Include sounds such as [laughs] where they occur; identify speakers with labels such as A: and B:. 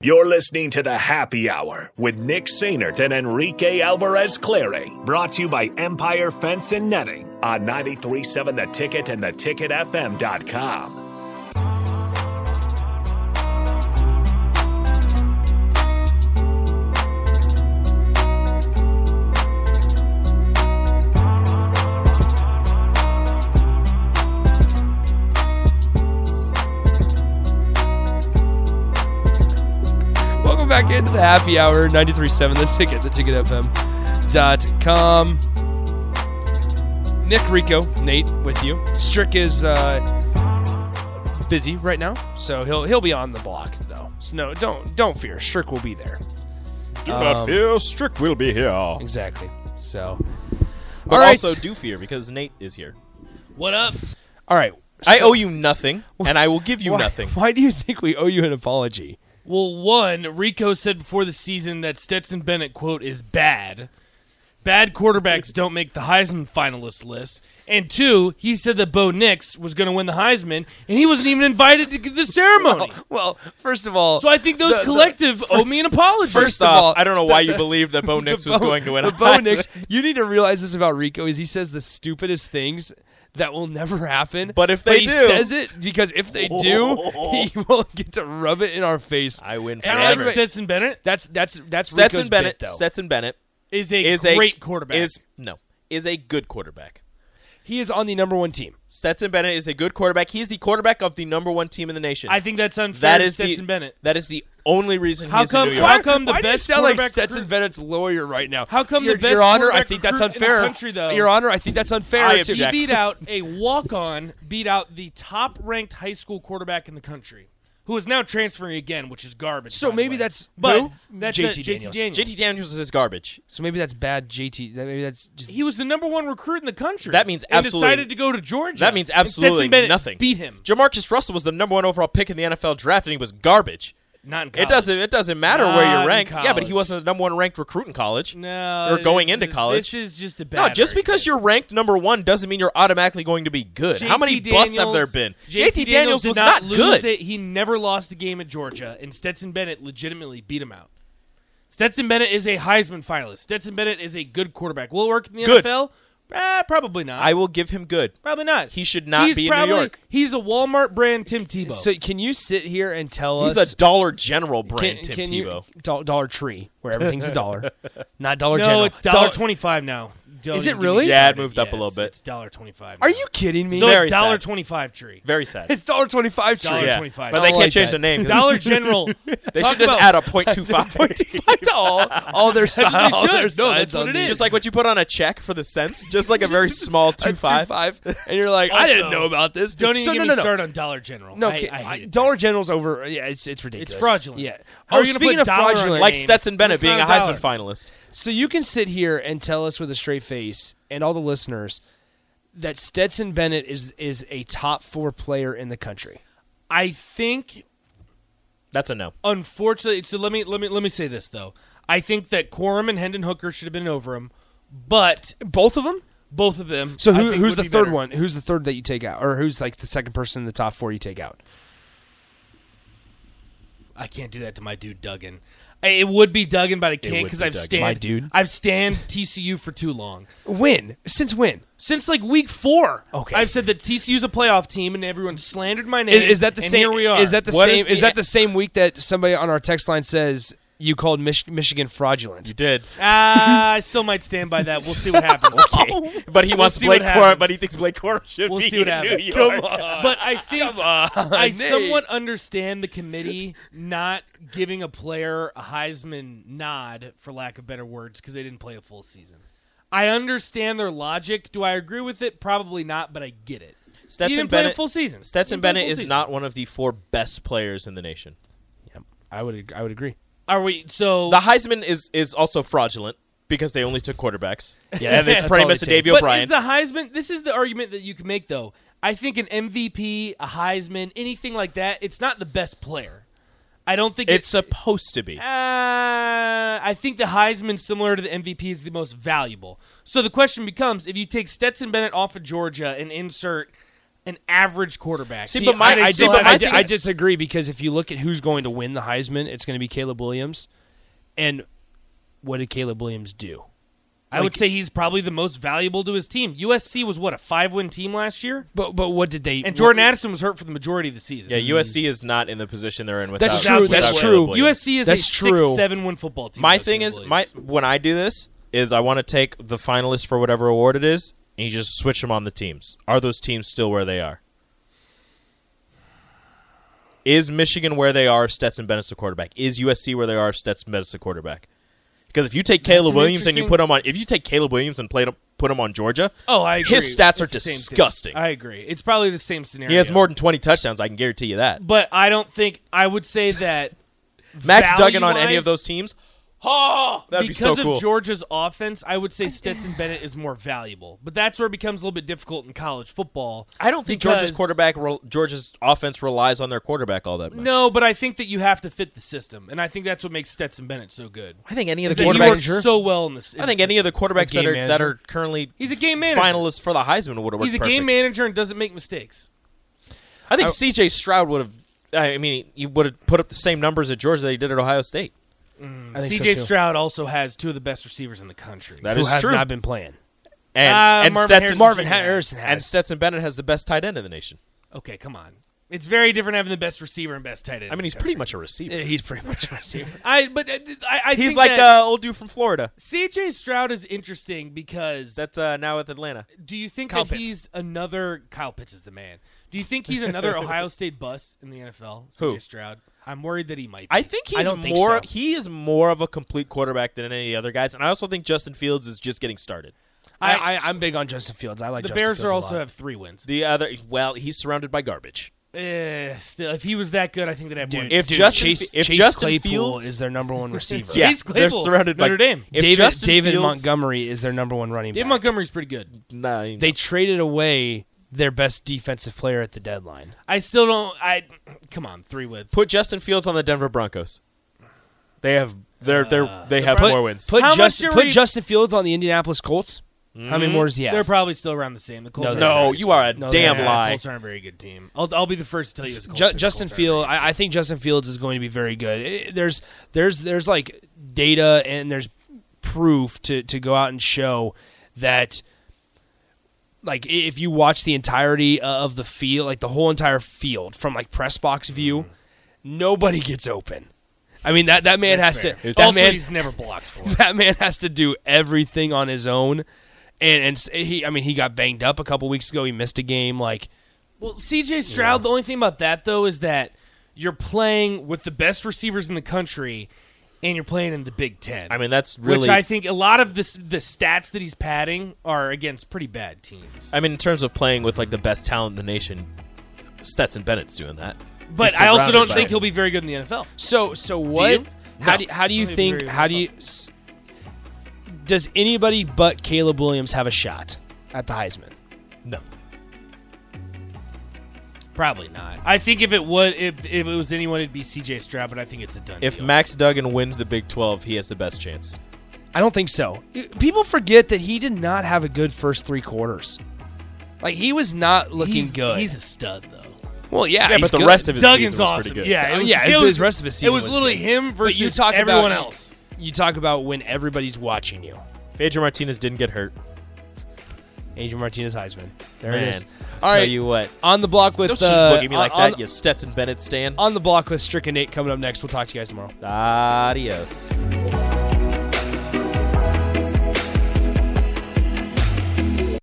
A: You're listening to the Happy Hour with Nick Sainert and Enrique Alvarez Clary, brought to you by Empire Fence and Netting on 937 The Ticket and theticketfm.com.
B: Welcome back into the happy hour 93.7 The Ticket, theticketfm.com. Nick Rico, Nate with you. Strick is uh, busy right now, so he'll he'll be on the block though. So no, don't don't fear. Strick will be there.
C: Do not
B: Um,
C: fear, Strick will be here.
B: Exactly. So
D: But
B: All right.
D: also do fear because Nate is here.
E: What up?
B: all right.
D: I
B: So
D: owe you nothing, and I will give you
B: why-
D: nothing.
B: Why do you think we owe you an apology?
E: Well, one, Rico said before the season that Stetson Bennett, quote, is bad. Bad quarterbacks don't make the Heisman finalist list. And two, he said that Bo Nix was going to win the Heisman, and he wasn't even invited to the ceremony.
B: Well, first of all,
E: so I think those
B: the- the-
E: collective owe me an apology.
D: First
B: of
D: off,
B: all,
D: I don't know why you believed that Bo Nix was
B: Bo-
D: going to win.
B: The
D: a
E: [laughs]
B: Bo
D: [laughs] Heisman.
B: Nix. You need to realize this about Rico is he says the stupidest things that will never happen.
D: But if they
B: he
D: do-
B: says it because if they do,
E: [laughs]
B: he will get to rub it in our face.
D: I win
E: and I
D: forever.
E: like Stetson Bennett
B: that's that's that's
D: Stetson
B: Rico's
D: Bennett.
B: Bit, though.
D: Stetson Bennett
E: is a
D: is
E: great
D: a
E: quarterback.
D: Is no is a good quarterback.
B: he is on the number one team.
D: Stetson Bennett is a good quarterback. He's the quarterback of the number one team in the nation.
E: I think that's unfair
D: that
E: to
D: is the,
E: Stetson Bennett.
D: That is the only reason
E: How
D: he's
E: come-
D: in New
E: why-
D: York.
E: come the
B: Why do you
E: best
B: sound like
E: quarterback
B: Stetson
E: recruit-
B: Bennett's lawyer right now?
E: How come the
B: your,
E: best
B: Your Honor, I
E: quarterback
B: think that's
E: recruit in the
B: unfair.
E: country, though?
B: Your Honor, I think that's unfair.
D: I
B: to-
E: He
D: object.
E: beat out a walk-on, beat out the top-ranked high school quarterback in the country, who is now transferring again, which is garbage.
B: So
E: by the
B: maybe
E: way.
B: that's-
E: but
B: who?
E: that's
B: JT
E: uh, JT
B: Daniels.
E: Daniels.
D: JT Daniels is garbage.
B: So maybe that's bad, JT. that- Maybe that's just
E: He was the number one recruit in the country.
D: That means
E: and
D: absolutely-
E: decided to go to Georgia.
D: That means
E: And
D: absolutely
E: Stetson Bennett
D: nothing.
E: Beat him.
D: Jamarcus Russell was the number one overall pick in the NFL draft, and he was garbage.
E: Not in
D: It doesn't. It doesn't matter where
E: Not
D: you're
E: in
D: ranked. Yeah, but
E: college.
D: he wasn't the number one ranked recruit in college.
E: No,
D: Or
E: this
D: going
E: is-
D: into college.
E: This is just a bad.
D: No, just because you're ranked number one doesn't mean you're automatically going to be good. How many busts have there been? JT
E: JT,
D: Daniels
E: did
D: was
E: not,
D: not,
E: lose
D: good.
E: It. He never lost a game at Georgia, and Stetson Bennett legitimately beat him out. Stetson Bennett is a Heisman finalist. Stetson Bennett is a good quarterback. Will it work in the
D: Good.
E: NFL? Eh, probably not.
D: I will give him good.
E: probably not.
D: He should not
E: he's
D: be in New
E: probably,
D: York.
E: He's a Walmart brand Tim Tebow.
B: So can you sit here and tell
D: He's
B: us
D: a Dollar General brand,
B: can,
D: Tim
B: can you-
D: Tebow.
B: Dol- dollar Tree, where everything's a dollar, not Dollar
E: no,
B: General.
E: it's dollar
B: Dol-
E: twenty five now. Don't
B: Is it
E: even get me
B: really?
D: Yeah, it
E: started.
D: moved up a
E: Yes,
D: little bit.
E: It's dollar twenty five.
B: Are you kidding me?
E: So
D: Very
E: it's dollar
D: sad.
E: twenty
B: [laughs]
E: five tree.
D: Very sad.
E: [laughs]
B: it's Dollar Twenty Five Tree.
E: Dollar
D: yeah.
E: 25.
D: But
B: I
D: they
B: don't
D: can't
B: like
D: change
B: that.
D: the name. 'cause
E: Dollar General.
D: They
E: Talk
D: should just
E: about-
D: add a point two
E: [laughs]
D: five.
B: to all, all their signs.
E: what they
B: all their
E: should. No, that's
B: signs
E: what
B: on
E: it
B: these.
D: [laughs]
E: is.
D: Just like what you put on a check for the cents, just like a very small
B: A
D: two five.
B: [laughs] and you're like, I didn't
E: Also,
B: know about this.
E: Don't even
B: so,
E: get
B: no,
E: me
B: no, no.
E: started on Dollar General.
B: No,
E: I,
B: ki-
E: I hate it.
B: Dollar General's over. Yeah, it's it's ridiculous.
E: fraudulent.
B: Yeah.
E: How are
B: oh,
E: you gonna
B: speaking
E: put
B: of
E: dollar on
B: fraudulent,
E: it?
D: Like
E: name,
D: Stetson Bennett
E: it's not
D: being a
E: a dollar.
D: Heisman finalist.
B: so you can sit here and tell us with a straight face, and all the listeners, that Stetson Bennett is is a top four player in the country.
E: I think
D: That's a no.
E: unfortunately so let me let me let me say this though i think that quorum and hendon hooker should have been over him but
B: Both of them.
E: both of them
B: So
E: I
B: who,
E: think,
B: who's
E: would
B: the
E: be
B: third
E: better.
B: one? Who's the third that you take out, or who's like the second person in the top four you take out?
E: i can't do that to my dude duggan I- it would be duggan but i can't
D: would
E: because
D: be
E: i've
D: Duggan.
E: stand
B: My dude.
E: i've stand tcu for too long
B: When? Since when?
E: since like week four
B: Okay.
E: i've said that tcu's a playoff team and everyone slandered my name
B: Is, is that the
E: and
B: same?
E: here we are
B: Is that the
D: What
B: same?
D: is
B: Is,
D: the-
E: e-
B: that the same week that somebody on our text line says you called Mich- Michigan fraudulent?
D: You did.
E: [laughs] Ah, i still might stand by that we'll see what happens
B: [laughs]
E: [laughs]
D: But he wants
E: see
D: Blake
E: what
D: Corum,
E: happens.
D: but he thinks Blake Corum should
E: We'll
D: be
E: see what
D: in New
E: happens.
D: York.
E: [laughs] but
B: [laughs]
E: I think I
B: Nate.
E: somewhat understand the committee not giving a player a Heisman nod, for lack of better words, because they didn't play a full season. I understand their logic. Do I agree with it? Probably not, but I get it.
D: Stetson
E: he didn't play a
D: Bennett-
E: full season.
D: Stetson
E: He didn't play a
D: Bennett
E: full
D: is
E: season.
D: not one of the four best players in the nation.
B: I would ag- I would agree.
E: Are we? So
D: The Heisman is is also fraudulent because they only took quarterbacks.
B: Yeah,
D: and it's
B: that's
D: pretty
B: all
D: much
B: they
D: a
B: take.
D: Davy
E: but
D: O'Brien.
E: is the Heisman? This is the argument that you can make, though. I think an MVP, a Heisman, anything like that, it's not the best player. I don't think
D: it's supposed to be.
E: Uh, I think the Heisman, similar to the MVP, is the most valuable. So the question becomes: If you take Stetson Bennett off of Georgia and insert an average quarterback.
D: See, but my-
E: think
D: I
E: still
D: dis-
E: have-
D: I
B: I,
D: think
B: I
D: it's-
B: disagree because if you look at who's going to win the Heisman, it's going to be Caleb Williams. And what did Caleb Williams do?
E: I would say he's probably the most valuable to his team. USC was what a five-win team last year,
B: But but what did they?
E: and Jordan Addison was hurt for the majority of the season.
D: Yeah, USC is not in the position they're in without.
B: That's true,
E: Without
B: that's
E: Caleb
B: true.
E: Williams. USC is a
B: That's true.
E: six-seven-win football team.
D: My
E: without
D: thing
E: Caleb
D: is, my
E: Williams.
D: when I do this is I want to take the finalists for whatever award it is, and you just switch them on the teams. Are those teams still where they are? Is Michigan where they are? if Stetson Bennett's the quarterback. Is USC where they are? if Stetson Bennett's the quarterback. Because if you take Caleb
E: an
D: Williams and you
E: interesting-
D: put him on, if you take Caleb Williams and played him, put him on Georgia,
E: oh, I agree.
D: his stats are
E: It's the same thing.
D: disgusting.
E: I agree. It's probably the same scenario.
D: He has more than twenty touchdowns. I can guarantee you that.
E: but I don't think I would say that
D: Max Duggan on any
E: Value-wise-
D: of those teams, oh, that'd be
E: because
D: so
E: of
D: cool.
E: Georgia's offense. I would say Stetson Bennett is more valuable, but that's where it becomes a little bit difficult in college football.
D: I don't think
E: because-
D: Georgia's quarterback, rel- Georgia's offense relies on their quarterback all that much.
E: No, but I think that you have to fit the system, and I think that's what makes Stetson Bennett so good.
D: I think any of the
E: That he works
D: quarterbacks.
E: so well in this.
D: I think any of the quarterbacks
B: game
D: that are that
B: manager.
D: are currently
E: He's a game
D: f-
E: manager.
D: finalists for the Heisman would have worked.
E: He's a
D: perfect.
E: game manager and doesn't make mistakes.
D: I think C.J. Stroud would have. I mean, he would have put up the same numbers at Georgia that he did at Ohio State.
B: I think so,
E: C.J.
B: too.
E: Stroud also has two of the best receivers in the country.
D: Mm. That
B: who
D: is
B: have
D: true.
B: not been playing.
D: and
E: Uh,
D: and
E: Marvin
D: Stetson
E: Harrison
B: Marvin
E: Jr.
B: Harrison
D: and
B: has.
D: Stetson Bennett has the best tight end in the nation.
E: Okay, come on. It's very different having the best receiver and best tight end.
D: I mean, he's pretty much a receiver.
B: Yeah, he's pretty much a receiver.
E: I but uh, I, I
D: he's
E: think
D: like
E: that
D: uh, old dude from Florida
E: C.J. Stroud is interesting because
D: that's uh, now with Atlanta.
E: Do you think
B: Kyle
E: that
B: Pitts.
E: he's another Kyle Pitts is the man? Do you think he's
B: [laughs]
E: another Ohio State bust in the NFL? CJ
D: Who?
E: Stroud. I'm worried that he might. Be.
D: I think he's
B: don't think
D: more.
B: so.
D: He is more of a complete quarterback than any of the other guys, and I also think Justin Fields is just getting started.
B: I,
E: I-
B: I I'm big on Justin Fields. I like
E: the
B: Justin
E: Bears
B: Fields
E: are
B: a
E: also
B: lot.
E: have three wins.
D: The other, well, he's surrounded by garbage.
E: Eh, still, if he was that good, I think they'd have more.
D: if
B: Dude,
D: Justin,
B: Chase,
D: if
B: Chase
D: Justin
B: Claypool
D: Fields
B: is their number one
D: [laughs]
B: receiver.
E: Yeah. Chase
D: they're
E: Claypool,
D: surrounded by
E: Notre Dame.
D: If
B: David,
D: Justin
B: David
D: Fields,
B: Montgomery is their number one running
E: Dave
B: back.
E: Montgomery's pretty good.
D: Nah, you know.
B: They traded away their best defensive player at the deadline.
E: I still don't. I come on, three wins.
D: put Justin Fields on the Denver Broncos. They have they're they're they have
B: put,
D: more wins.
B: Put,
E: How much
B: Justin,
E: are
B: put
E: we-
B: Justin Fields on the Indianapolis Colts. How many more does he have?
E: They're probably still around the same. The
B: No,
E: Colts. are
D: Mm-hmm. no,
E: not
D: you are a
B: No, they're
D: damn
B: not.
E: Yeah, the
D: lie.
E: Colts aren't a very good team. I'll, I'll be the first to tell you. As a Colts
B: Ju-
E: fan, the
B: Justin
E: Colts aren't
B: Field,
E: very good.
B: I, I think Justin Fields is going to be very good. It- there's there's there's like data and there's proof to to go out and show that like i- if you watch the entirety of the field, like the whole entire field from like press box view, nobody gets open. I mean that that man
E: Mm-hmm. That's
B: has
E: fair.
B: to that
E: Also,
B: man
E: he's never blocked
B: [laughs]
E: for.
B: that man has to do everything on his own. And and s- he I mean he got banged up a couple weeks ago. He missed a game like
E: Well, CJ Stroud, the only thing about that though is that you're playing with the best receivers in the country and you're playing in the Big 10.
D: I mean, that's really.
E: which I think a lot of this the stats that he's padding are against pretty bad teams.
D: I mean, in terms of playing with like the best talent in the nation, Stetson Bennett's doing that.
E: But
D: He's
E: I also
D: surrounded
E: don't
D: by
E: think
D: it.
E: he'll be very good in the NFL.
B: So so what?
E: you?
B: How
E: No.
B: do how do you
E: Let me
B: think?
E: agree with
B: How
E: that
B: do you? s- Does anybody but Caleb Williams have a shot at the Heisman?
D: No,
E: Probably not. I think if it would if, if it was anyone it'd be CJ Stroud, but I think it's a done
D: if
E: deal.
D: Max Duggan wins the Big Twelve, he has the best chance.
B: I don't think so. I- People forget that he did not have a good first three quarters. Like he was not looking
E: he's,
B: good.
E: He's a stud though.
B: well, yeah,
D: Yeah,
B: he's
D: but the
B: good.
D: rest of his
E: Duggan's
D: season was
E: awesome.
D: pretty good. Oh,
E: Yeah, it was,
B: Yeah,
E: it
B: his-
E: was,
B: his rest of his season
E: It was,
B: was
E: literally
B: good.
E: him
B: But
E: versus
B: you talk
E: everyone
B: about
E: else.
B: You talk about when everybody's watching you.
D: Pedro Martinez didn't get hurt.
B: Adrian Martinez Heisman. There
D: Man,
B: it is.
D: I'll
B: All
D: tell
B: right,
D: you what.
B: on the block with
D: Don't
B: uh,
D: you look at me like
B: on,
D: that, you Stetson Bennett stand.
B: on the block with Strick and Nate coming up next. We'll talk to you guys tomorrow.
D: Adios.